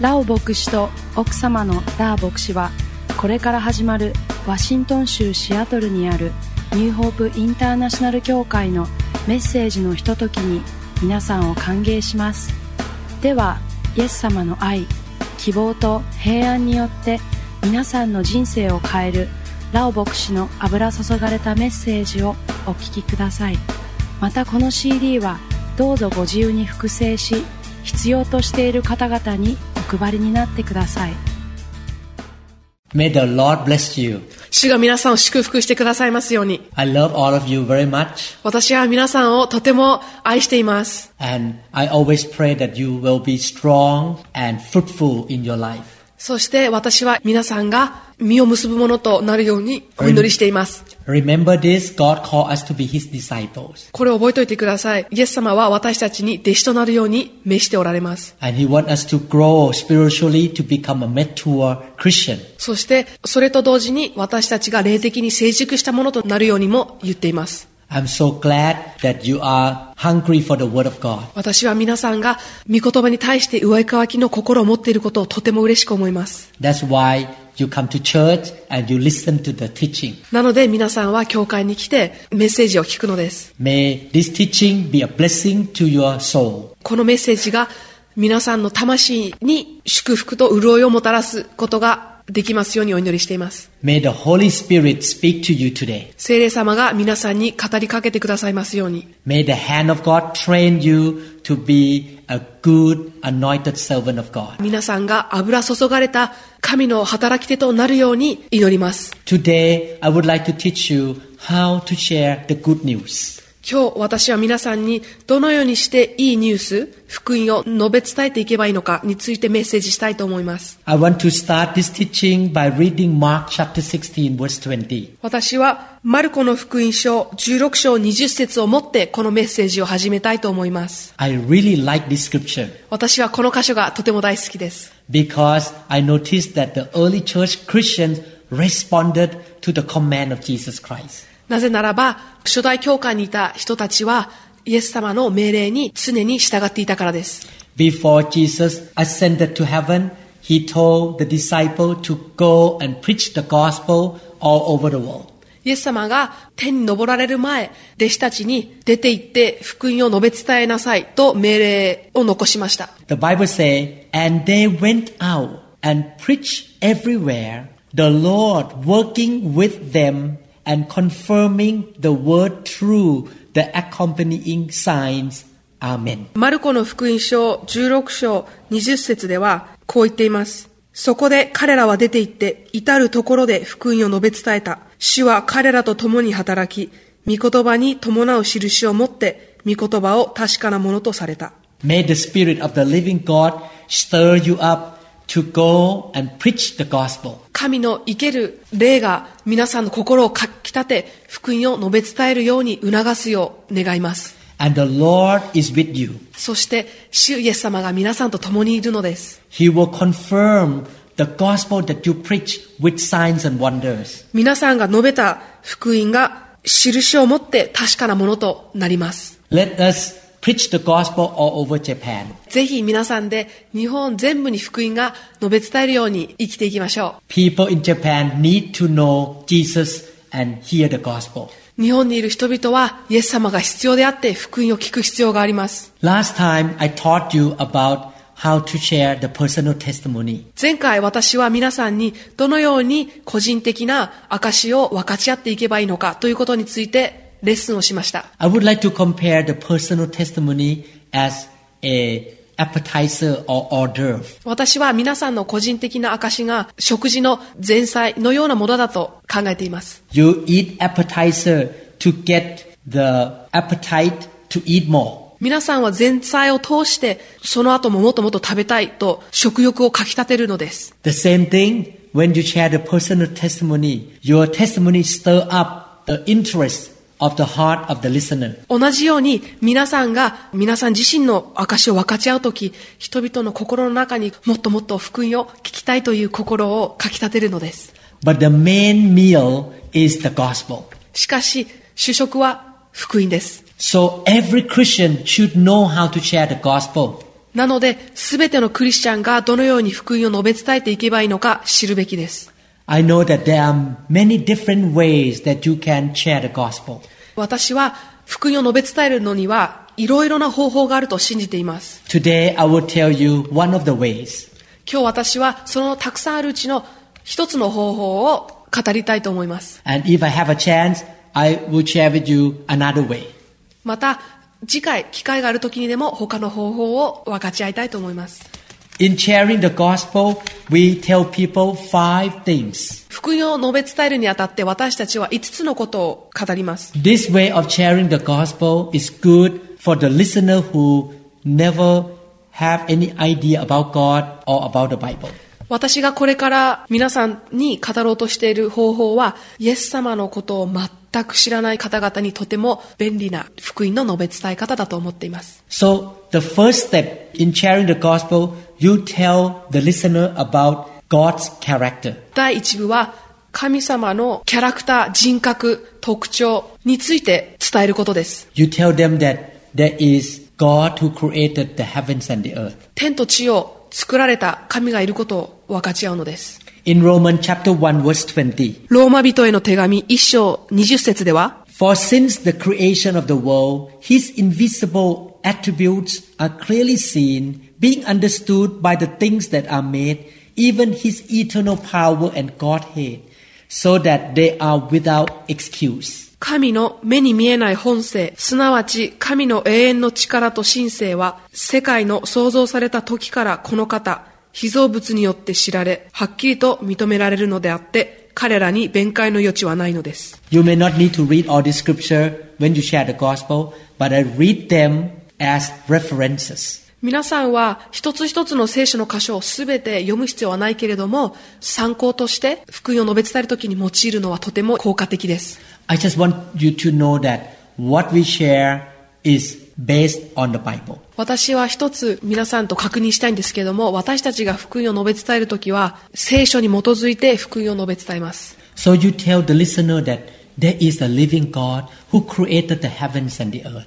ラオ牧師と奥様のダー牧師はこれから始まるワシントン州シアトルにあるニューホープインターナショナル協会のメッセージのひとときに皆さんを歓迎しますではイエス様の愛希望と平安によって皆さんの人生を変えるラオ牧師の油注がれたメッセージをお聞きくださいまたこの CD はどうぞご自由に複製し必要としている方々にお配りになってください May the Lord bless you. 主が皆さんを祝福してくださいますように。 I love all of you very much, 私は皆さんをとても愛しています。 and I always pray that you will be strong and fruitful in your life. そして私は皆さんが実を結ぶものとなるようにお祈りしています。 Remember this God called us to be His disciples, これを覚えておいてください。イエス様は私たちに弟子となるように召しておられます。 and He wants us to grow spiritually to become a mature Christian. そして、それと同時に私たちが霊的に成熟したものとなるようにも言っています。 I'm so glad that you are hungry for the Word of God. 私は皆さんが御言葉に対して上乾きの心を持っていることをとても嬉しく思います。 That's why you come to church and you listen to the teaching. なので皆さんは教会に来てメッセージを聞くのです。 May this teaching be a blessing to your soul. このメッセージが皆さんの魂に祝福と潤いをもたらすことができますようにお祈りしています。 May the Holy Spirit speak to you today. 聖霊様が皆さんに語りかけてくださいますように。 May the hand of God train you to be a good anointed servant of God. 皆さんが油注がれた神の働き手となるように祈ります。 Today, I would like to teach you how to share the good news. 今日私は皆さんにどのようにしていいニュース、福音を述べ伝えていけばいいのかについてメッセージしたいと思います。 I want to start this teaching by reading Mark chapter 16 verse 20. 私はマルコの福音書16章20節をもってこのメッセージを始めたいと思います。 I really like this scripture 私はこの箇所がとても大好きです。 because I noticed that the early church Christians responded to the command of Jesus Christ. なぜならば、初代教会にいた人たちは、イエス様の命令に常に従っていたからです。 Before Jesus ascended to heaven, he told the disciple to go and preach the gospel all over the world. イエス様が天に昇られる前、弟子たちに出て行って福音を述べ伝えなさいと命令を残しました。 The Bible says, and they went out and preached everywhere, the Lord working with them and confirming the word through the accompanying signs. Amen. マルコの福音書16章20節ではこう言っています。そこで彼らは出て行って、至るところで福音を述べ伝えた。主は彼らと共に働き、御言葉に伴う印を持って、御言葉を確かなものとされた。 May the Spirit of the living God stir you up to go and preach the gospel. 神の生ける霊が皆さんの心をかき立て、福音を述べ伝えるように促すよう願います。 And the Lord is with you. そして、主イエス様が皆さんと共にいるのです。 He will confirm the gospel that you preach with signs and wonders. 皆さんが述べた福音が印を持って確かなものとなります。 Let us preach the gospel all over Japan. ぜひ皆さんで日本全部に福音が述べ伝えるように生きていきましょ People in Japan need to know Jesus and hear the gospel. う。日本にいる人々はイエス様が必要であって福音を聞く必要があります。 Last time I taught you about how to share the personal testimony. 前回私は皆さんにどのように個人的な証を分かち合っていけばいいのかということについてレッスンをしました。 I would like to compare the personal testimony as a appetizer or hors d'oeuvre. 私は皆さんの個人的な証が食事の前菜のようなものだと考えています。 You eat appetizer to get the appetite to eat more. 皆さんは前菜を通してその後ももっともっと食べたいと食欲をかき立てるのです。 The same thing when you share the personal testimony. Your testimony stir up the interest of the heart of the listener. 同じように皆さんが皆さん自身の証を分かち合うとき、人々の心の中にもっともっと福音を聞きたいという心をかき立てるのです。 But the main meal is the gospel. しかし、主食は福音です。 So every Christian should know how to share the gospel. なので、すべてのクリスチャンがどのように福音を述べ伝えていけばいいのか知るべきです。 I know that there are many different ways that you can share the gospel. 私は福音を述べ伝えるのには、いろいろな方法があると信じています。 Today, I will tell you one of the ways. 今日私はそのたくさんあるうちの一つの方法を語りたいと思います。 And if I have a chance, I will share with you another way. また、次回、機会がある時にでも他の方法を分かち合いたいと思います。 In sharing the gospel, we tell people five things. 福音を述べ伝えるにあたって私たちは5つのことを語ります。 This way of sharing the gospel is good for the listener who never have any idea about God or about the Bible. 私がこれから皆さんに語ろうとしている方法は、イエス様のことを全く知らない方々にとても便利な福音の述べ伝え方だと思っています。 So the first step in sharing the gospel, you tell the listener about God's character. 第1部は、神様のキャラクター、人格、特徴について伝えることです。 You tell them that there is God who created the heavens and the earth. 天と地を作られた神がいることを分かち合うのです。 In Romans chapter 1 verse 20, ローマ人への手紙1章20節では、 For since the creation of the world, his invisible attributes are clearly seen, being understood by the things that are made, even his eternal power and Godhead, so that they are without excuse. 神の目に見えない本性、すなわち神の永遠の力と神性は、世界の創造された時からこの方、被造物によって知られ、はっきりと認められるのであって、彼らに弁解の余地はないのです。 You may not need to read all this scripture when you share the gospel, but I read them as references. 皆さんは一つ一つの聖書の箇所をすべて読む必要はないけれども、参考として福音を述べ伝えるときに用いるのはとても効果的です。 I just want you to know that what we share is based on the Bible. 私は一つ皆さんと確認したいんですけれども、私たちが福音を述べ伝えるときは、聖書に基づいて福音を述べ伝えます。 So you tell the listener that there is a living God who created the heavens and the earth.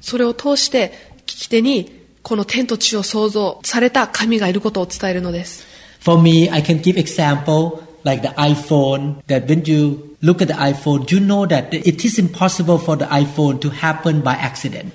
それを通して、聞き手に、この天と地を創造された神がいることを伝えるのです。 For me, I can give example like the iPhone that when you look at the iPhone, you know that it is impossible for the iPhone to happen by accident.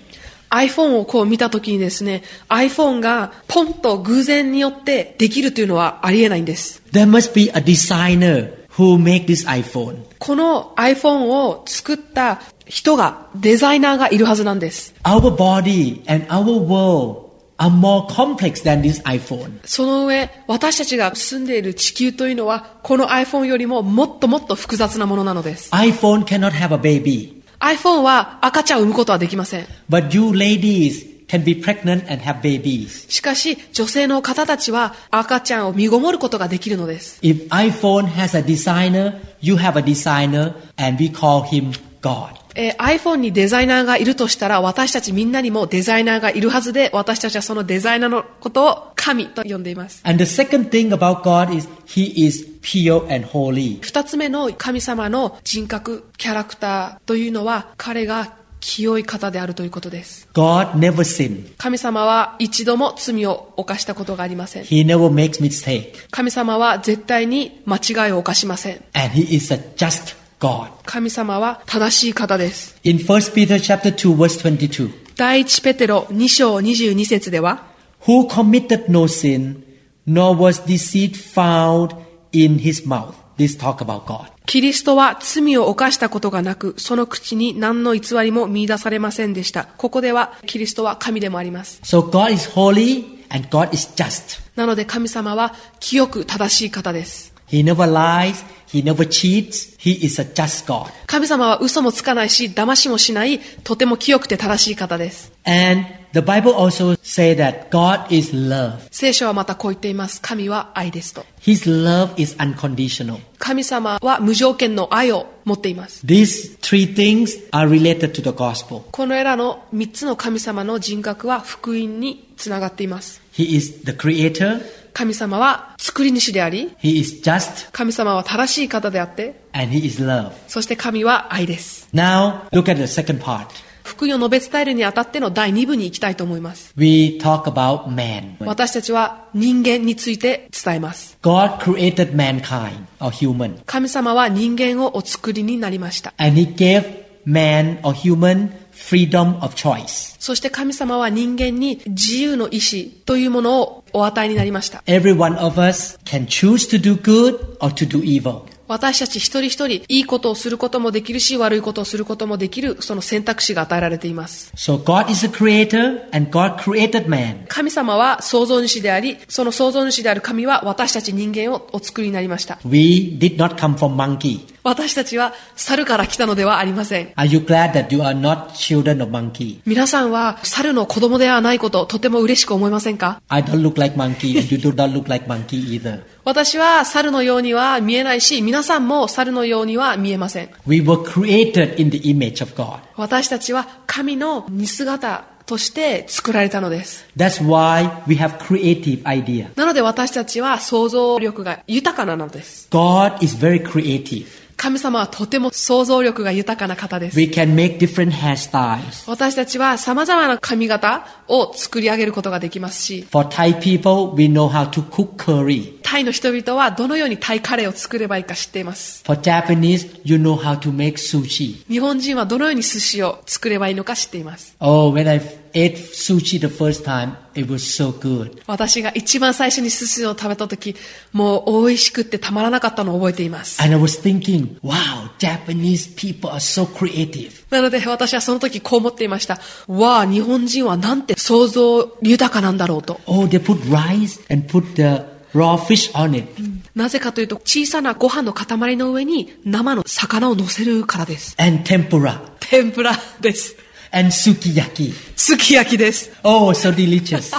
iPhone をこう見たときにですね、iPhone がポンと偶然によってできるというのはありえないんです。 There must be a designer who made this iPhone. この iPhone を作った人が、デザイナーがいるはずなんです。 Our body and our world are more complex than this iPhone. その上、私たちが住んでいる地球というのは、この iPhone よりももっともっと複雑なものなのです。 iPhone cannot have a baby, iPhone は赤ちゃんを産むことはできません。 but you ladies can be pregnant and have babies. しかし、女性の方たちは赤ちゃんを身ごもることができるのです。 If iPhone has a designer, you have a designer, and we call him God. えー iPhone にデザイナーがいるとしたら、私たちみんなにもデザイナーがいるはずで、私たちはそのデザイナーのことを神と呼んでいます。 And the second thing about God is he is pure and holy. 二つ目の神様の人格、キャラクターというのは、彼が清い方であるということです。 God never sin. 神様は一度も罪を犯したことがありません。 He never makes mistake. 神様は絶対に間違いを犯しません。 And he is a just God. 神様は正しい方です。 In 1 Peter chapter 2 verse 22, 第一ペテロ2章22節では、 who committed no sin, nor was deceit found in his mouth. This talk about God. キリストは罪を犯したことがなく、その口に何の偽りも見出されませんでした。ここでは、キリストは神でもあります。 So God is holy and God is just. なので神様は清く正しい方です。 He never lies. He never cheats. He is a just God. 神様は嘘もつかないし、騙しもしない、とても清くて正しい方です。 And the Bible also say that God is love. 聖書はまたこう言っています。神は愛ですと。 His love is unconditional. 神様は無条件の愛を持っています。 These three things are related to the gospel. このらの3つの神様の人格は福音につながっています。 He is the creator. 神様は作り主であり、 He is just 神様は正しい方であって、 and he is love. そして神は愛です。 Now look at the second part. 福福音を述べ伝えるにあたっての第2部に行きたいと思います。 We talk about man. 私たちは人間について伝えます。 God created mankind or human, 神様は人間をお作りになりました。 and He gave man or human freedom of choice. そして神様は人間に自由の意志というものをお与えになりました。 Every one of us can choose to do good or to do evil. 私たち一人一人いいことをすることもできるし悪いことをすることもできるその選択肢が与えられています So God is the creator, and God created man. 神様は創造主でありその創造主である神は私たち人間をお作りになりました We did not come from monkey. 私たちは猿から来たのではありません Are you glad that you are not children of monkey? 皆さんは猿の子供ではないことをとても嬉しく思いませんか I don't look like monkey, and you do not look like monkey either. 私は猿のようには見えないし皆さんも猿のようには見えません We were created in the image of God. 私たちは神の似姿として作られたのです That's why we have creative idea. なので私たちは想像力が豊かなのです God is very creative. 神様はとても想像力が豊かな方です。 We can make different hairstyles. 私たちは様々な髪型を作り上げることができますし、 For Thai people, we know how to cook curry. タイの人々はどのようにタイカレーを作ればいいか知っています。 For Japanese, you know how to make sushi. 日本人はどのように寿司を作ればいいのか知っています。 Oh, when I ate sushi the first time, it was so good. 私が一番最初に寿司を食べた時、もう美味しくってたまらなかったのを覚えています。 And I was thinking, wow, Japanese people are so creative. なので私はその時こう思っていました。わあ、日本人はなんて想像豊かなんだろうと。 Oh, they put rice and put the raw fish on it. なぜかというと小さなご飯の塊の上に生の魚を乗せるからです。 And tempura. 天ぷらです。 And sukiyaki. すき焼きです。 Oh, so delicious.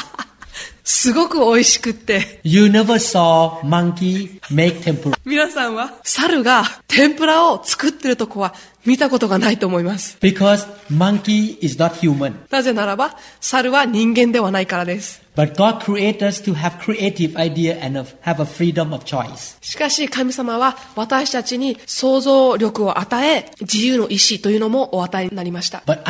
すごく美味しくって、 You never saw monkey make tempura. 皆さんは猿が天ぷらを作ってるとこは見たことがないと思います。 Because monkey is not human. なぜならば、猿は人間ではないからです。 But God created us to have creative idea and of- have a freedom of choice. しかし神様は私たちに想像力を与え、自由の意志というのもお与えになりました。 But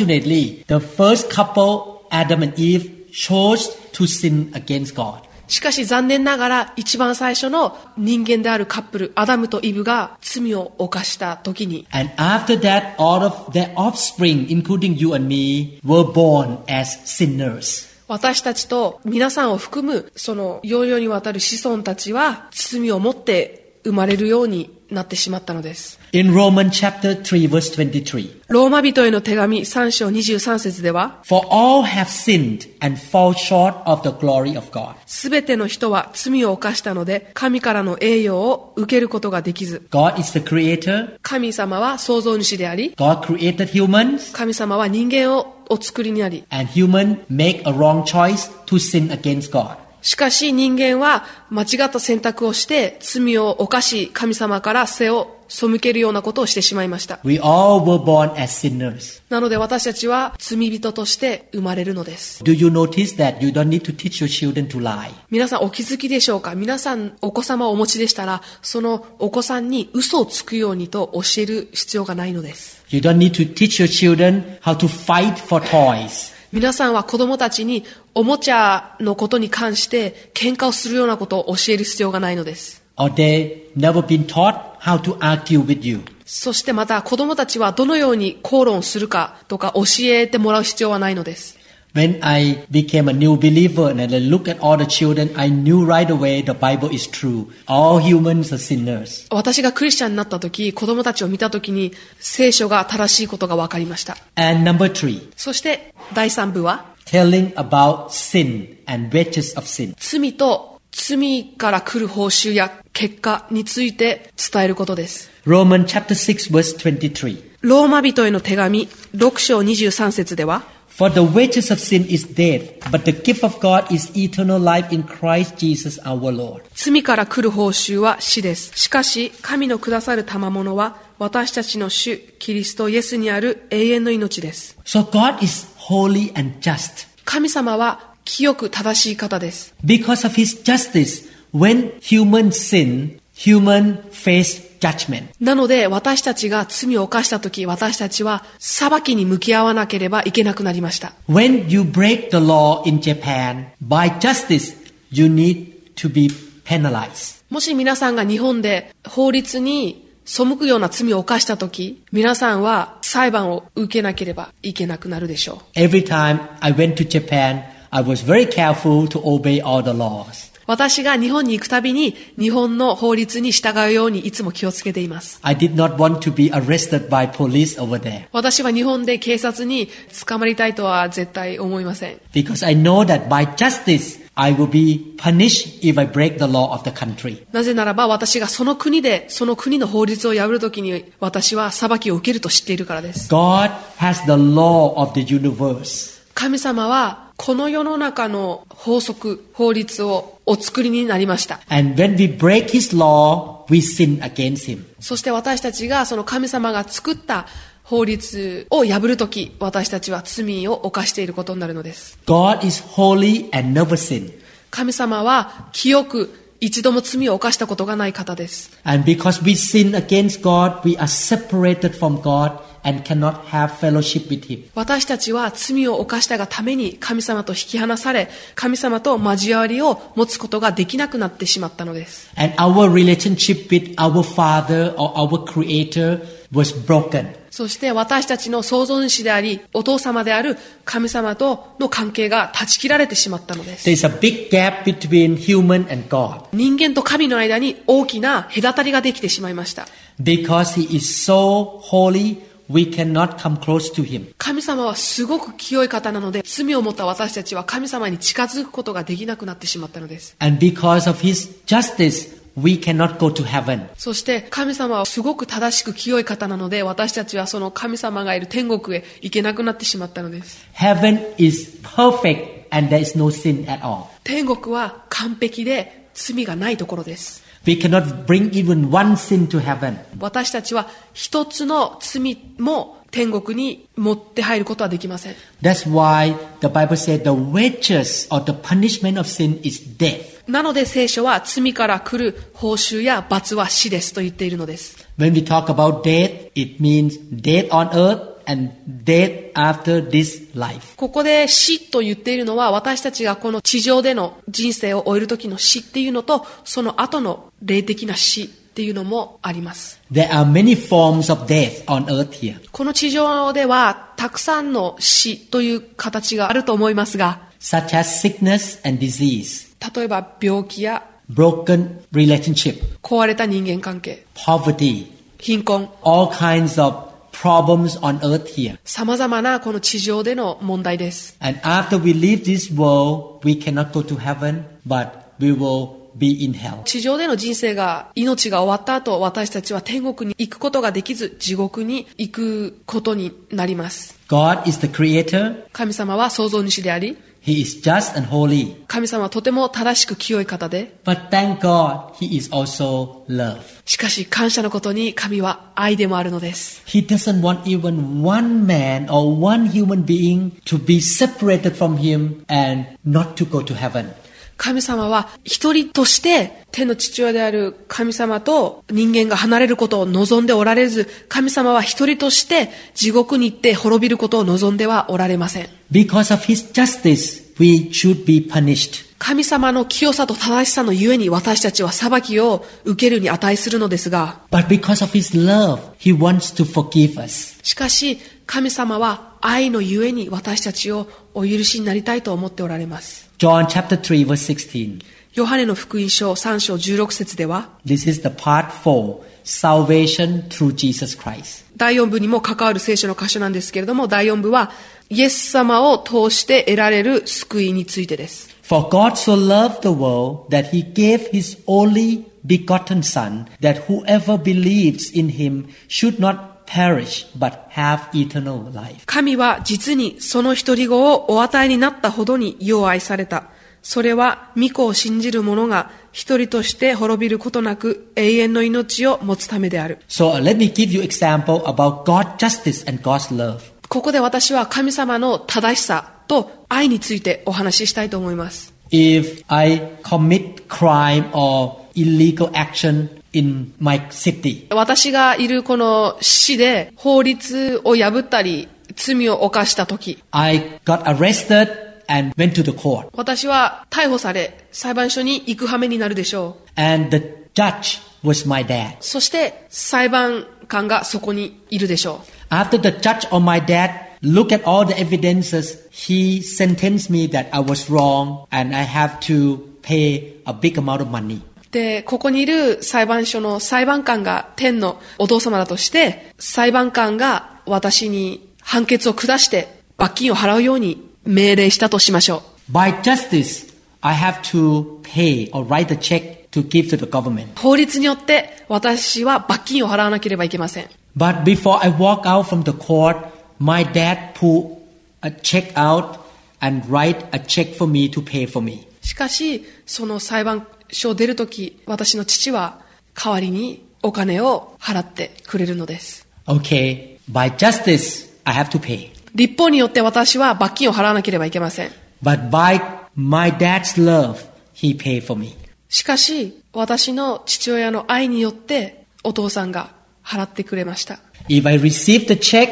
unfortunately, the first couple, Adam and Eve, chose to sin against God. しかし残念ながら一番最初の人間であるカップル、アダムとイブが罪を犯した時に、 And after that, all of their offspring, including you and me, were born as sinners. 私たちと皆さんを含むその養領にわたる子孫たちは罪を持って生まれるようになってしまったのです In Romans chapter 3 verse 23, ローマ人への手紙3章23節では For all have sinned and fall short of the glory of God. すべての人は罪を犯したので神からの栄誉を受けることができず God is the creator. 神様は創造主であり God created humans. 神様は人間をお作りになり and human make a wrong choice to sin against God. しかし人間は間違った選択をして罪を犯し神様から背を背けるようなことをしてしまいました We all were born as sinners. なので私たちは罪人として生まれるのです。 Do you notice that you don't need to teach your children to lie? 皆さんお気づきでしょうか皆さんお子様をお持ちでしたら、そのお子さんに嘘をつくようにと教える必要がないのです。 You don't need to teach your children how to fight for toys. 皆さんは子供たちにおもちゃのことに関して喧嘩をするようなことを教える必要がないのです。 Or they never been taught how to argue with you. そしてまた子供たちはどのように口論するかとか教えてもらう必要はないのです。 When I became a new believer and I looked at all the children, I knew right away the Bible is true. All humans are sinners. 私がクリスチャンになった時、子供たちを見た時に聖書が正しいことが分かりました。 And number three, そして第3部は telling about sin and wages of sin. 罪と罪から来る報酬や結果について伝えることです。 Romans chapter 6 verse 23. ローマ人への手紙6章23節では For the wages of sin is death, but the gift of God is eternal life in Christ Jesus our Lord. 罪から来る報酬は死です。しかし神のくださる賜物は私たちの主キリストイエスにある永遠の命です。 So God is holy and just. 神様は清く正しい方です。 Because of his justice, when humans sin, human face judgment. なので私たちが罪を犯した時私たちは裁きに向き合わなければいけなくなりました When you break the law in Japan, by justice, you need to be penalized. もし皆さんが日本で法律に背くような罪を犯した時皆さんは裁判を受けなければいけなくなるでしょう Every time I went to Japan, I was very careful to obey all the laws. 私が日本に行くたびに日本の法律に従うようにいつも気をつけています I did not want to be arrested by police over there 私は日本で警察に捕まりたいとは絶対思いません because I know that by justice, I will be punished if I break the law of the country. なぜならば私がその国でその国の法律を破るときに私は裁きを受けると知っているからです God has the law of the universe. 神様はこの世の中の法則法律をお作りになりました And when we break his law, we sin against him. そして私たちがその神様が作った法律を破るとき私たちは罪を犯していることになるのです God is holy and never sin. 神様は清く一度も罪を犯したことがない方です And because we sin against God, we are separated from God and cannot have fellowship with him. 私たちは罪を犯したがために神様と引き離され神様と交わりを持つことができなくなってしまったのです And our relationship with our Father or our Creator was broken. そして私たちの創造主でありお父様である神様との関係が断ち切られてしまったのです There's a big gap between human and God 人間と神の間に大きな隔たりができてしまいました because He is so holy, we cannot come close to Him. 神様はすごく清い方なので罪を持った私たちは神様に近づくことができなくなってしまったのです And because of His justice, we cannot go to heaven. そして神様はすごく正しく清い方なので私たちはその神様がいる天国へ行けなくなってしまったのです Heaven is perfect and there is no sin at all. 天国は完璧で罪がないところです We cannot bring even one sin to heaven. 私たちは一つの罪も天国に持って入ることはできません That's why the Bible said the wages or the punishment of sin is death. なので聖書は罪から来る報酬や罰は死ですと言っているのです When we talk about death, it means death on earth and death after this life. ここで死と言っているのは私たちがこの地上での人生を終える時の死っていうのとその後の霊的な死っていうのもあります There are many forms of death on earth here. この地上ではたくさんの死という形があると思いますが such as sickness and disease, 例えば病気や broken relationship, 壊れた人間関係 poverty, 貧困 all kinds of problems on earth here. 様々なこの地上での問題です And after we leave this world, we cannot go to heaven, but we will be in hell. 地上での人生が命が終わった後私たちは天国に行くことができず地獄に行くことになります God is the creator. 神様は創造主であり He is just and holy. 神様はとても正しく清い方で But thank God, He is also love. しかし感謝のことに神は愛でもあるのです He doesn't want even one man or one human being to be separated from Him and not to go to heaven. 神様は一人として天の父親である神様と人間が離れることを望んでおられず、神様は一人として地獄に行って滅びることを望んではおられません。 Because of His justice, we should be punished. 神様の清さと正しさのゆえに私たちは裁きを受けるに値するのですが、 But because of His love, He wants to forgive us. しかし神様は愛のゆえに私たちをお許しになりたいと思っておられます。 John chapter 3 verse 16. ヨハネの福音書3章16節では、 This is the part 4. Salvation through Jesus Christ. 第4部にも関わる聖書の箇所なんですけれども、第4部は、イエス様を通して得られる救いについてです。 For God so loved the world that He gave His only begotten Son, that whoever believes in Him should not perish but have eternal life. 神は実にその一人子をお与えになったほどに世を愛された。それは、御子を信じる者が一人として滅びることなく永遠の命を持つためである。 So uh, let me give you example about God's justice and God's love. ここで私は神様の正しさと愛についてお話ししたいと思います。 If I commit crime or illegal action, in my city. 私がいるこの市で法律を破ったり罪を犯した時、 I got arrested and went to the court. 私は逮捕され裁判所に行く羽目になるでしょう。 And the judge was my dad. そして裁判官がそこにいるでしょ After the judge or my dad looked at all the evidences, he sentenced me that I was wrong and I have to pay a big amount of money. う。で、ここにいる裁判所の裁判官が天のお父様だとして、裁判官が私に判決を下して罰金を払うように命令したとしましょう。 By justice, I have to pay or write a check to give to the government. 法律によって私は罰金を払わなければいけません。 But before I walk out from the court, my dad pulled a check out and write a check for me to pay for me. しかし、その裁判所を出るとき、私の父は代わりにお金を払ってくれるのです。 Okay, by justice, I have to pay. 立法によって私は罰金を払わなければいけません。 But by my dad's love, he paid for me. しかし、私の父親の愛によってお父さんが払ってくれました。 If I receive the check,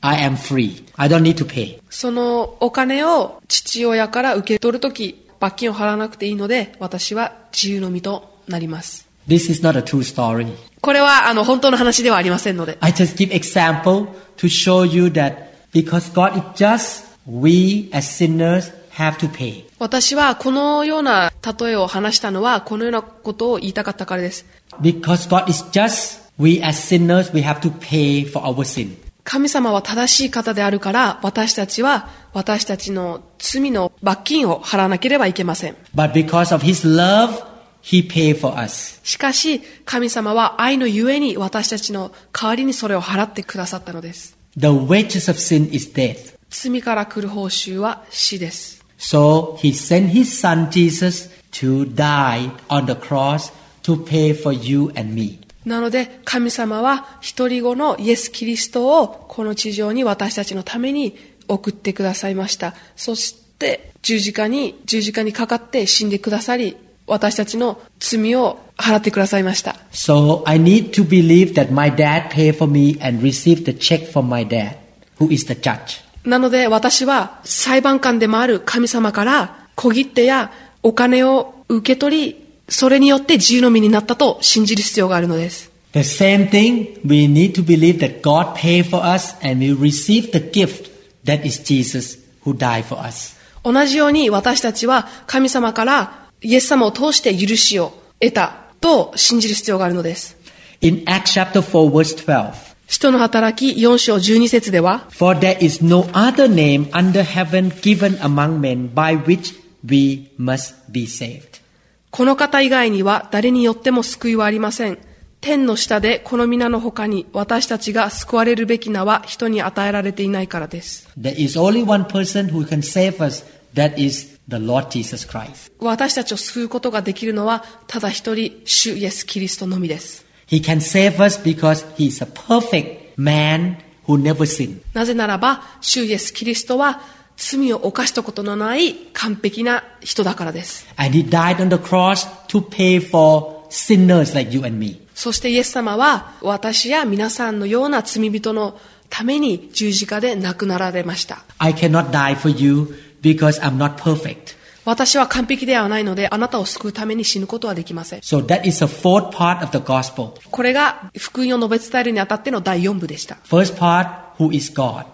I am free. I don't need to pay. そのお金を父親から受け取るとき、罰金を払わなくていいので、私は自由の身となります。 This is not a true story. これはあの本当の話ではありませんので。 I just give example to show you that because God is just, we as sinners have to pay. 私はこのような例えを話したのはこのようなことを言いたかったからです。 Because God is just, we as sinners, we have to pay for our sin. 神様は正しい方であるから私たちは私たちの罪の罰金を払わなければいけません。 But because of His love, He paid for us. しかし神様は愛のゆえに私たちの代わりにそれを払ってくださったのです。 The wages of sin is death. 罪から来る報酬は死です。 So he sent his son Jesus to die on the cross to pay for you and me. なので神様は一人子のイエス・キリストをこの地上に私たちのために送ってくださいました。そして十字架に、十字架にかかって死んでくださり、私たちの罪を払ってくださいました。 So I need to believe that my dad paid for me and received the check from my dad, who is the judge. なので私は裁判官でもある神様から小切手やお金を受け取り、それによって自由の身になったと信じる必要があるのです。 The same thing, we need to believe that God paid for us and we receive the gift that is Jesus who died for us. 同じように私たちは神様からイエス様を通して許しを得たと信じる必要があるのです。 In Acts chapter 4 verse 12, 使徒の働き4章12節では、 For there is no other name under heaven given among men by which we must be saved. この方以外には誰によっても救いはありません。天の下でこの皆の他に私たちが救われるべき名は人に与えられていないからです。 There is only one person who can save us, that is the Lord Jesus Christ. 私たちを救うことができるのは、ただ一人、主イエス・キリストのみです。 He can save us because he is a perfect man who never sinned. なぜならば、主イエス・キリストは、罪を犯したことのない完璧な人だからです。 And he died on the cross to pay for sinners like you and me. そしてイエス様は、私や皆さんのような罪人のために十字架で亡くなられました。 I cannot die for you because I'm not perfect. 私は完璧ではないので、あなたを救うために死ぬことはできません。 So that is the fourth part of the gospel. これが、福音を述べ伝えるにあたっての第4部でした。 First part, who is God?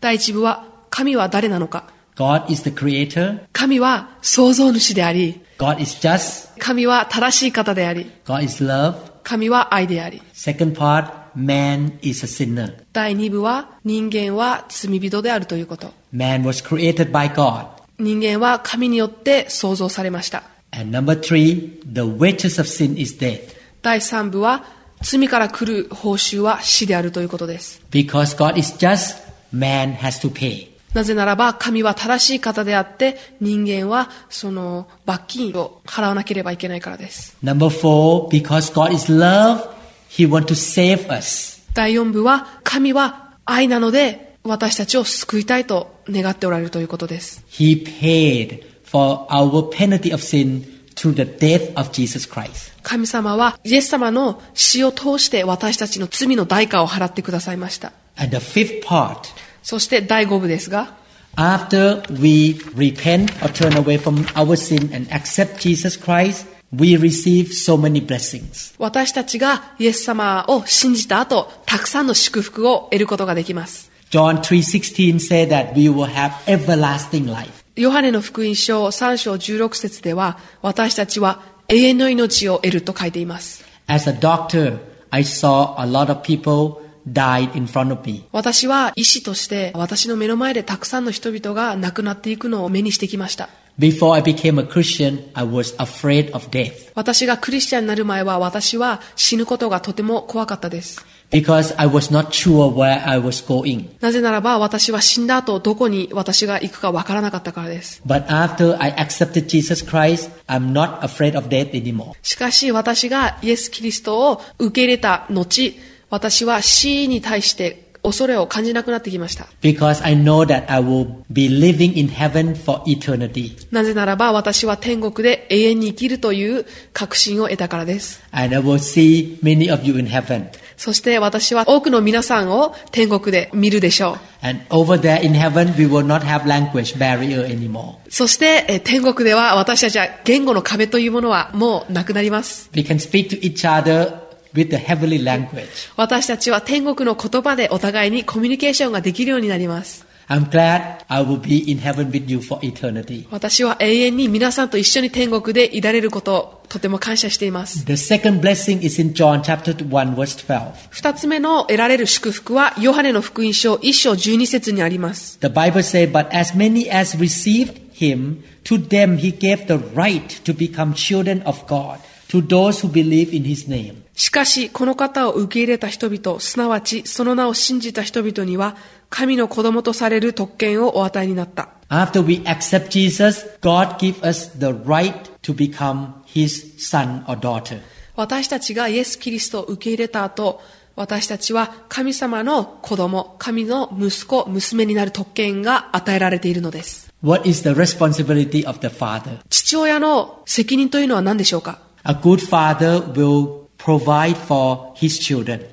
第1部は、神は誰なのか。 God is the creator. 神は創造主であり、 God is just. 神は正しい方であり、 God is love. 神は愛であり。 Second part, man is a sinner. 第2部は人間は罪人であるということ。 Man was created by God. 人間は神によって創造されました。 And number three, the wages of sin is death. 第3部は罪から来る報酬は死であるということです。 Because God is just, man has to pay. なぜならば神は正しい方であって人間はその罰金を払わなければいけないからです。 Number four, because God is love, He wants to save us. 第4部は神は愛なので私たちを救いたいと願っておられるということです。 He paid for our penalty of sin through the death of Jesus Christ. 神様はイエス様の死を通して私たちの罪の代価を払ってくださいました。 And the fifth part, そして第5部ですが、 after we repent or turn away from our sin and accept Jesus Christ, we receive so many blessings. 私たちがイエス様を信じた後、たくさんの祝福を得ることができます。 John 3:16 said that we will have everlasting life. ヨハネの福音書3章16節では、私たちは永遠の命を得ると書いています。 As a doctor, I saw a lot of people died in front of me. 私は医師として私の目の前でたくさんの人々が亡くなっていくのを目にしてきました。 Before I became a Christian, I was afraid of death 私がクリスチャンになる前は私は死ぬことがとても怖かったです。 because I was not sure where I was going. なぜならば私は死んだ後どこに私が行くかわからなかったからです。 But after I accepted Jesus Christ, I'm not afraid of death anymore. しかし私がイエス・キリストを受け入れた後、私は死に対して恐れを感じなくなってきました。 Because I know that I will be living in heaven for eternity. なぜならば私は天国で永遠に生きるという確信を得たからです。 And I will see many of you in heaven. そして私は多くの皆さんを天国で見るでしょ And over there in heaven, we will not have language barrier anymore. う。そしてえー天国では私たちは言語の壁というものはもうなくなります。 We can speak to each other with the heavenly language. 私たちは天国の言葉でお互いにコミュニケーションができるようになります。 I'm glad I will be in heaven with you for eternity. 私は永遠に皆さんと一緒に天国でいられることをとても感謝しています。 The second blessing is in John chapter 1 verse 12. 二つ目の得られる祝福は、ヨハネの福音書1章12節にあります。 The Bible says, but as many as received him, to them he gave the right to become children of God, to those who believe in his name. しかし、この方を受け入れた人々、すなわちその名を信じた人々には、神の子供とされる特権をお与えになった。 After we accept Jesus, God gives us the right to become his son or daughter. 私たちがイエス・キリストを受け入れた後、私たちは神様の子供、神の息子、娘になる特権が与えられているのです。 What is the responsibility of the father? 父親の責任というのは何でしょうか A good father will provide for his children,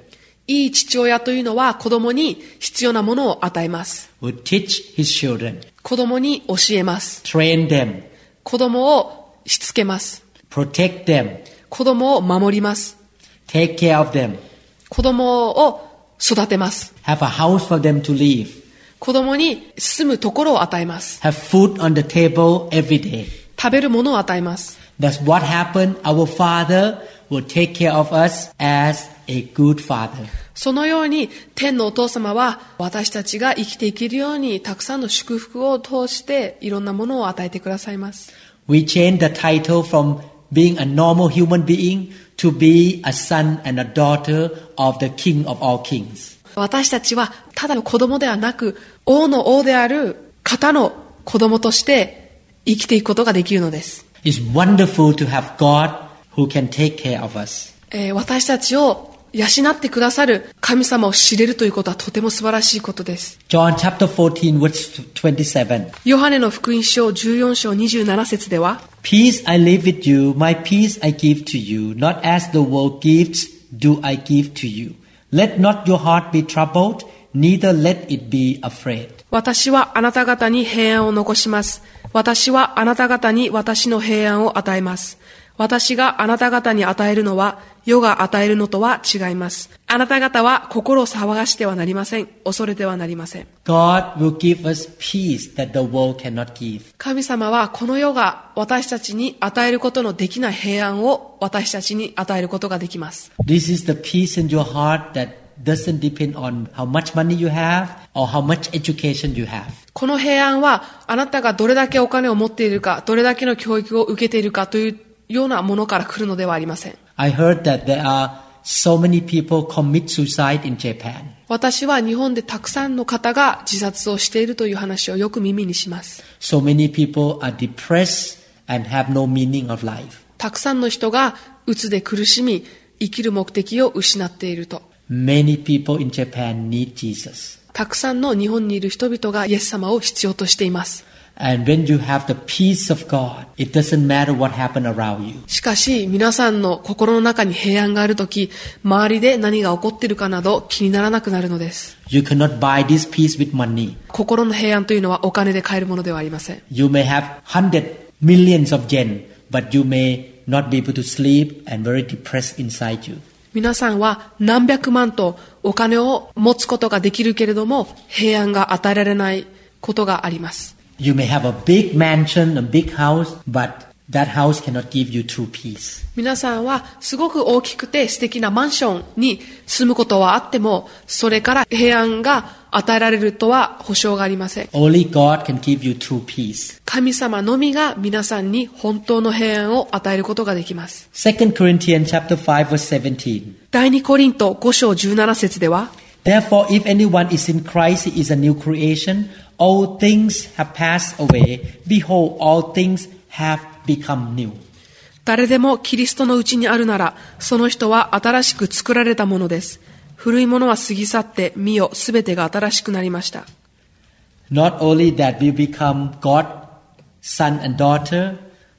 いい父親というのは子供に必要なものを与えます。 will teach his children, 子供に教えます。 train them, 子供をしつけます。 protect them, 子供を守ります。 take care of them, 子供を育てます。 have a house for them to live, 子供に住むところを与えます。 have food on the table every day. 食べるものを与えます。 That's what happened. Our father will take care of us as a good father. そのように天のお父様は私たちが生きていけるようにたくさんの祝福を通していろんなものを与えてくださいます。 We change the title from being a normal human being to be a son and a daughter of the King of all kings. 私たちはただの子供ではなく王の王である方の子供として生きていくことができるのです。 It's wonderful to have God who can take care of us. えー私たちを養ってくださる神様を知れるということはとても素晴らしいことです。 John chapter 14 verse 27. ヨハネの福音書14章27節では Peace I leave with you, my peace I give to you. Not as the world gives, do I give to you. Let not your heart be troubled, neither let it be afraid. 私はあなた方に平安を残します。私はあなた方に私の平安を与えます。私があなた方に与えるのは、世が与えるのとは違います。あなた方は心を騒がしてはなりません。恐れてはなりません。 God will give us peace that the world cannot give. 神様はこの世が私たちに与えることのできない平安を私たちに与えることができます。 This is the peace in your heart that doesn't depend on how much money you have or how much education you have. この平安はあなたがどれだけお金を持っているか、どれだけの教育を受けているかというようなものから来るのではありません。 I heard that there are so many people commit suicide in Japan. 私は日本でたくさんの方が自殺をしているという話をよく耳にします。 So many people are depressed and have no meaning of life. たくさんの人が鬱で苦しみ、生きる目的を失っていると。 Many people in Japan need Jesus. たくさんの日本にいる人々がイエス様を必要としています。 And when you have the peace of God, it doesn't matter what happened around you. しかし、皆さんの心の中に平安があるとき、周りで何が起こっているかなど気にならなくなるのです。 You cannot buy this peace with money. 心の平安というのはお金で買えるものではありません。 You may have hundred millions of yen, but you may not be able to sleep and very depressed inside you. 皆さんは何百万とお金を持つことができるけれども、平安が与えられないことがあります。 You may have a big mansion, a big house, but that house cannot give you true peace. 皆さんはすごく大きくて素敵なマンションに住むことはあっても、それから平安が与えられるとは保証がありません。 Only God can give you true peace. 神様のみが皆さんに本当の平安を与えることができます。 2 Corinthians chapter 5 verse 17. 第2コリント5章17節では、 Therefore, if anyone is in Christ, he is a new creation. All things have passed away. Behold, all things have become new. 誰でもキリストのうちにあるなら、その人は新しく作られたものです。古いものは過ぎ去って、見よ、すべてが新しくなりました。 Not only that we become God, son and daughter,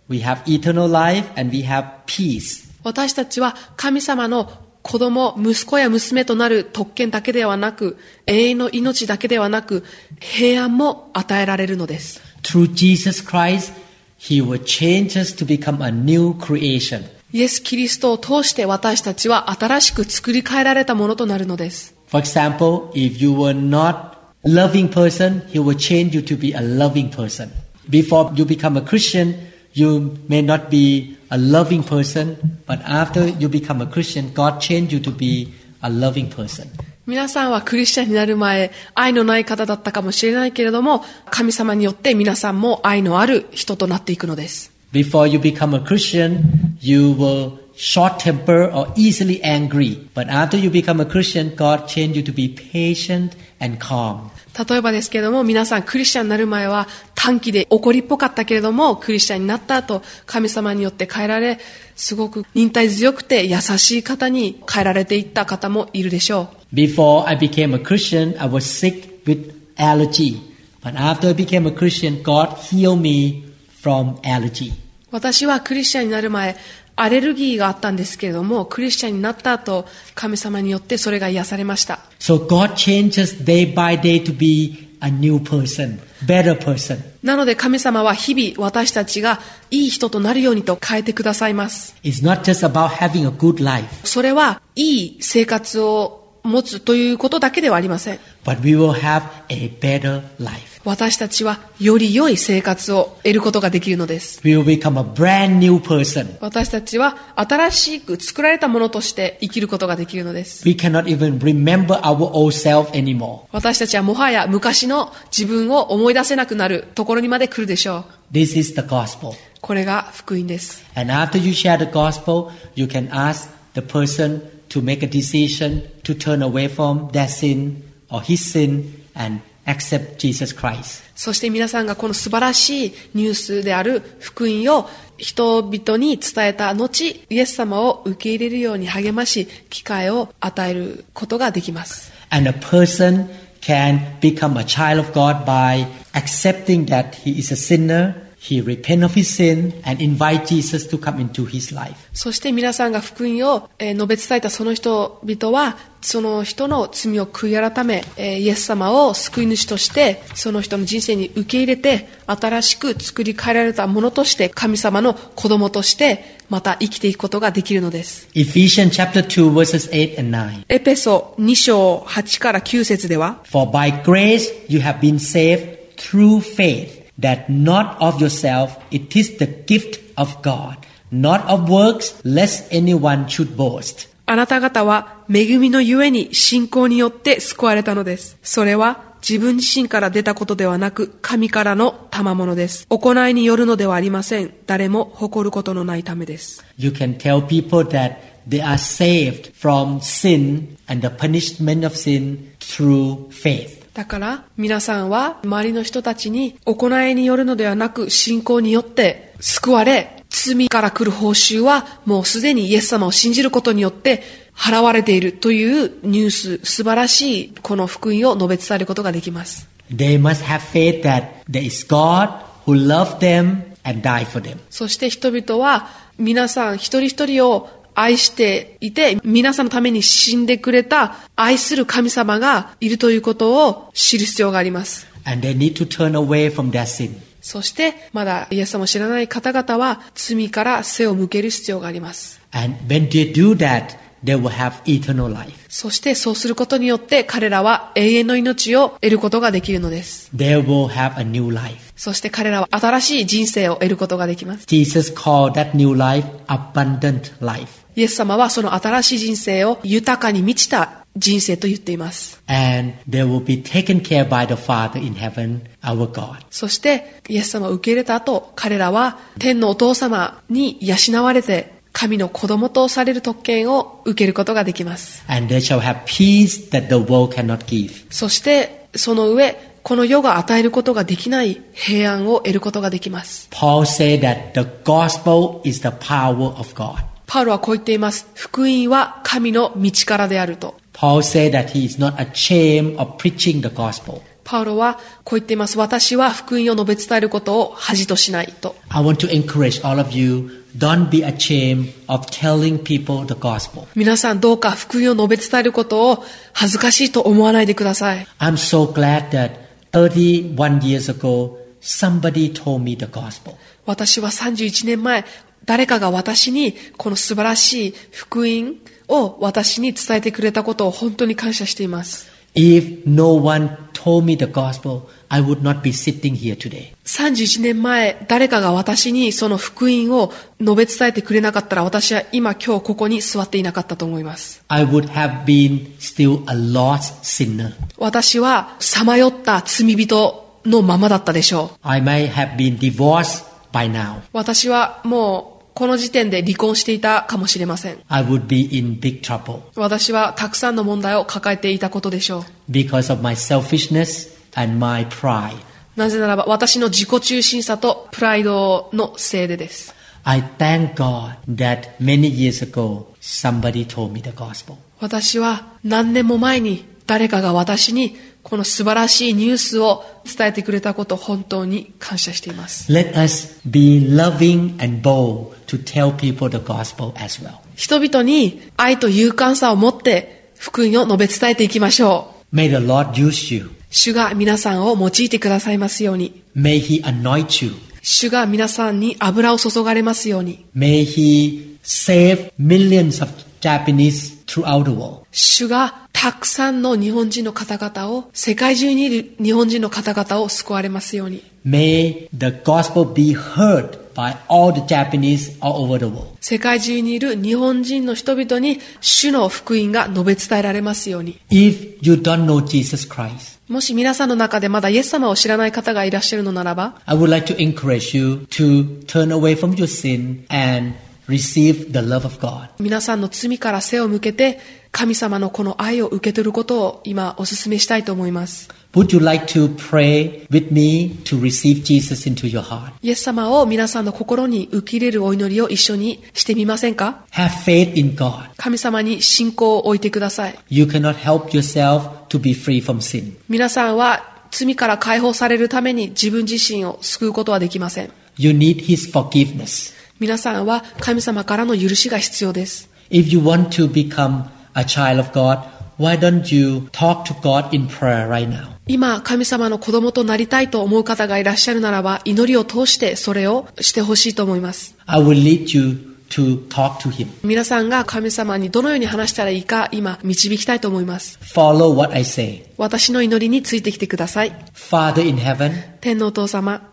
we have eternal life and we have peace. 私たちは神様の子供、息子や娘となる特権だけではなく、永遠の命だけではなく、平安も与えられるのです。 Through Jesus Christ, He will change us to become a new creation. イエス・キリストを通して私たちは新しく作り変えられたものとなるのです。 For example, if you were not a loving person, He will change you to be a loving person. Before you become a Christian, you may not be a loving person, but after you become a Christian, God changed you to be a loving person. 皆さんはクリスチャンになる前、愛のない方だったかもしれないけれども、神様によって皆さんも愛のある人となっていくのです。 Before you become a Christian, you were short tempered or easily angry. But after you become a Christian, God changed you to be patient and calm. 例えばですけれども、皆さんクリスチャンになる前は短期で怒りっぽかったけれども、クリスチャンになった後、神様によって変えられ、すごく忍耐強くて優しい方に変えられていった方もいるでしょう。 Before I became a Christian, I was sick with allergy. But after I became a Christian, God healed me from allergy. 私はクリスチャンになる前、アレルギーがあったんですけれども、クリスチャンになった後、神様によってそれが癒されました。 So God changes day by day to be a new person, better person. なので神様は日々私たちがいい人となるようにと変えてくださいます。 It's not just about having a good life, それはいい生活を持つということだけではありません。 but we will have a better life. 私たちはより良い生活を得ることができるのです。 We will become a brand new person. 私たちは新しく作られたものとして生きることができるのです。 We cannot even remember our old self anymore. 私たちはもはや昔の自分を思い出せなくなるところにまで来るでしょう。 This is the gospel. これが福音です。 And after you share the gospel, you can ask the person to make a decision to turn away from their sin or his sin and accept Jesus Christ. そして皆さんがこの素晴らしいニュースである福音を人々に伝えた後、イエス様を受け入れるように励まし、機会を与えることができます。 And a person can become a child of God by accepting that he is a sinner, he repent of his sin, and invite Jesus to come into his life. そして皆さんが福音をえー述べ伝えたその人々は、その人の罪を悔い改め、えーイエス様を救い主として、その人の人生に受け入れて、新しく作り変えられたものとして、神様の子供として、また生きていくことができるのです。 Ephesians chapter 2 verses 8 and 9. エペソ2章8から9節では、 For by grace you have been saved through faith, that not of yourself, it is the gift of God, not of works, lest anyone should boast. あなた方は恵みのゆえに信仰によって救われたのです。それは自分自身から出たことではなく、神からの賜物です。行いによるのではありません。誰も誇ることのないためです。 You can tell people that they are saved from sin and the punishment of sin through faith. だから、皆さんは周りの人たちに行いによるのではなく、信仰によって救われ、罪から来る報酬はもうすでにイエス様を信じることによって払われているというニュース、素晴らしいこの福音を述べ伝えることができます。 They must have faith that there is God who loved them and died for them. そして人々は皆さん一人一人を愛していて、皆さんのために死んでくれた愛する神様がいるということを知る必要があります。 And they need to turn away from their sin. そして、まだイエス様を知らない方々は罪から背を向ける必要があります。 And when they do that, they will have eternal life. そしてそうすることによって彼らは永遠の命を得ることができるのです。 They will have a new life. そして彼らは新しい人生を得ることができます。 Jesus called that new life abundant life. イエス様はその新しい人生を豊かに満ちた人生と言っています。 And they will be taken care by the Father in heaven, our God. そしてイエス様を受け入れた後、彼らは天のお父様に養われて神の子供とされる特権を受けることができます。 And they shall have peace that the world cannot give. そしてその上、この世が与えることができない平安を得ることができます。 Paul said that the gospel is the power of God. パウロはこう言っています。福音は神の道からであると。 Paul said that he is not ashamed of preaching the gospel. パウロはこう言っています。私は福音を述べ伝えることを恥としないと。 I want to encourage all of you, don't be ashamed of telling people the gospel. 皆さんどうか福音を述べ伝えることを恥ずかしいと思わないでください。 I'm so glad that 31 years ago, somebody told me the gospel. 私は31年前、誰かが私にこの素晴らしい福音を私に伝えてくれたことを本当に感謝しています。 If no one told me the gospel, I would not be sitting here today. 31年前、誰かが私にその福音を述べ伝えてくれなかったら私は今今日ここに座っていなかったと思います。 I would have been still a lost sinner. 私はさまよった罪人のままだったでしょう。 I may have been divorced by now. 私はもうこの時点で離婚していたかもしれません。 I would be in big trouble 私はたくさんの問題を抱えていたことでしょう。 because of my selfishness and my pride. なぜならば私の自己中心さとプライドのせいでです。 I thank God that many years ago somebody told me the gospel. 私は何年も前に誰かが私にこの素晴らしいニュースを伝えてくれたこと本当に感謝しています。 Let us be loving and bold to tell people the gospel as well. 人々に愛と勇敢さを持って福音を述べ伝えていきましょう。 May the Lord use you. 主が皆さんを用いてくださいますように。 May He anoint you. 主が皆さんに油を注がれますように。 May He save millions of Japanese throughout the world. 主がたくさんの日本人の方々を、世界中にいる日本人の方々を救われますように。 May the gospel be heard by all the Japanese all over the world. 世界中にいる日本人の人々に主の福音が述べ伝えられますように。 If you don't know Jesus Christ, もし皆さんの中でまだイエス様を知らない方がいらっしゃるのならば、 I would like to encourage you to turn away from your sin and receive the love of God. 皆さんの罪から背を向けて、神様のこの愛を受け取ることを今お勧めしたいと思います。 Would you like to pray with me to receive Jesus into your heart? イエス様を皆さんの心に受け入れるお祈りを一緒にしてみませんか Have faith in God. 神様に信仰を置いてください。 You cannot help yourself to be free from sin. 皆さんは罪から解放されるために自分自身を救うことはできません。 You need His forgiveness. 皆さんは神様からの許しが必要です。 If you want to become a child of God, why don't you talk to God in prayer right now? 今、神様の子供となりたいと思う方がいらっしゃるならば、祈りを通してそれをしてほしいと思います。 I will lead you to talk to Him. 皆さんが神様にどのように話したらいいか今、導きたいと思います。 Follow what I say. 私の祈りについてきてください。 Father in heaven, 天のお父様。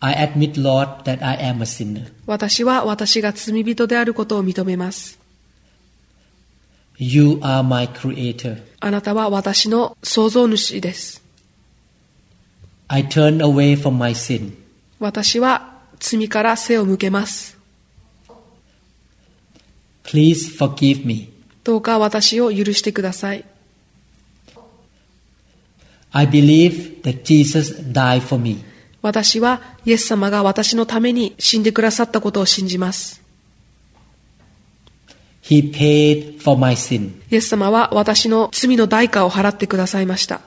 I admit, Lord, that I am a sinner. 私は私が罪人であることを認めます。 You are my creator. あなたは私の創造主です。 I turn away from my sin. 私は罪から背を向けます。 Please forgive me. どうか私を許してください。 I believe that Jesus died for me. 私はイエス様が私のために死んでくださったことを信じます。 He paid for my sin. イエス様は私の罪の代価を払ってくださいました。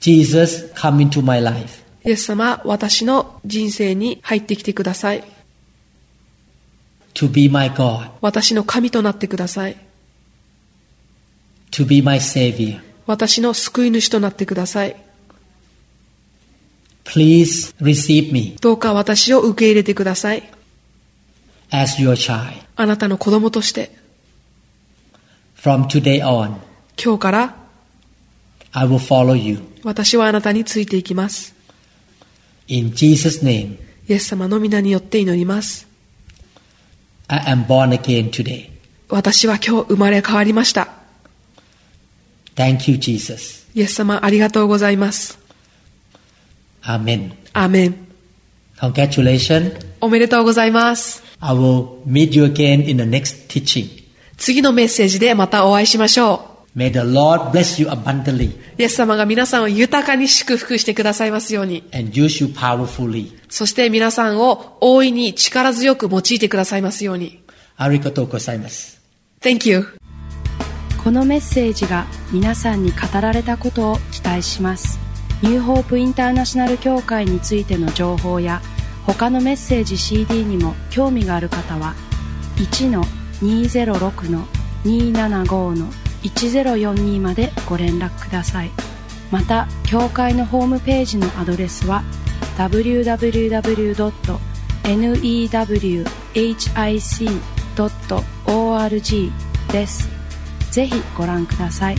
Jesus, come into my life. イエス様、私の人生に入ってきてください。 to be my God, 私の神となってください。 to be my Savior. 私の救い主となってください。 Please receive me どうか私を受け入れてください。 as your child. あなたの子供として、 From today on, 今日から I will follow you. 私はあなたについていきます。 In Jesus' name, イエス様の皆によって祈ります。 I am born again today. 私は今日生まれ変わりました。 Thank you, Jesus. イエス様ありがとうございます。 Amen. アーメン。 Congratulations. おめでとうございます。 I will meet you again in the next teaching. 次のメッセージでまたお会いしましょ May the Lord bless you abundantly う。イエス様が皆さんを豊かに祝福してくださいますように。 and use you powerfully. そして皆さんを大いに力強く用いてくださいますように。 Arigatou gozaimasu. Thank you. このメッセージが皆さんに語られたことを期待しますニューホープインターナショナル協会についての情報や他のメッセージ CD にも興味がある方は1-206-275-1042までご連絡くださいまた協会のホームページのアドレスは www.newhic.org ですぜひご覧ください。